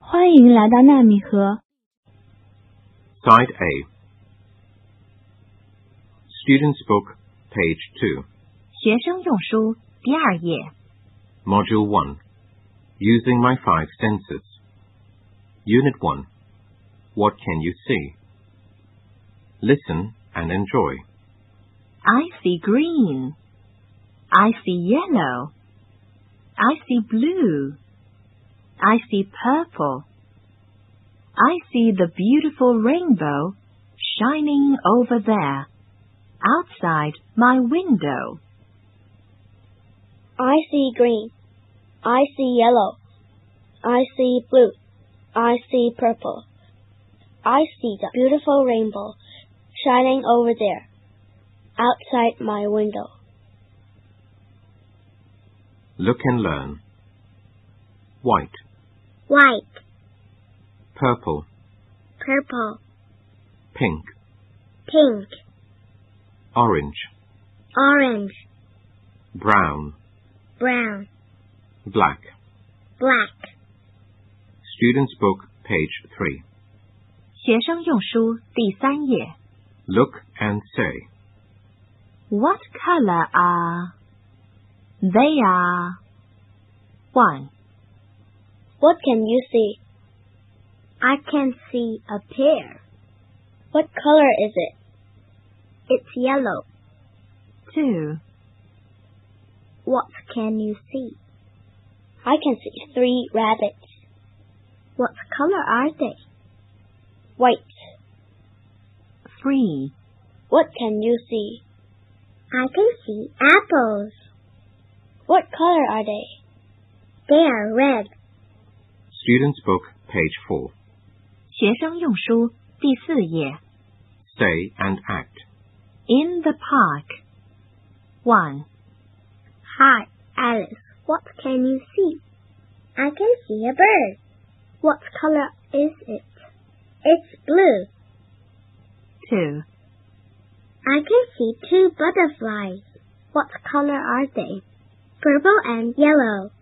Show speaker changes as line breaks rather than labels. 欢迎来到纳米河。
Side A. Student's Book, page 2,
学生用书第二页，
Module 1. Using my five senses. Unit 1. What can you see? Listen and enjoy.
I see green. I see yellow. I see blue. I see purple. I see the beautiful rainbow shining over there, outside my window.
I see green. I see yellow. I see blue. I see purple. I see the beautiful rainbow shining over there, outside my window.
Look and learn. White,
White,
purple,
purple,
pink,
pink,
orange,
orange,
brown,
brown,
black.
black.
Student's Book, page 3.
学生用书第三页。
Look and say.
What color are they? Are one,
What can you see? I can see a pear. What color is it? It's yellow.
two,
What can you see? I can see three rabbits. What color are they? White.
three,
What can you see? I can see apples. What color are they? They are red.
Student's Book, page 4.
学生用书第四页。
Say and act.
In the park. One,
Hi, Alice. What can you see? I can see a bird. What color is it? It's blue.
two,
I can see two butterflies. What color are they? Purple and yellow.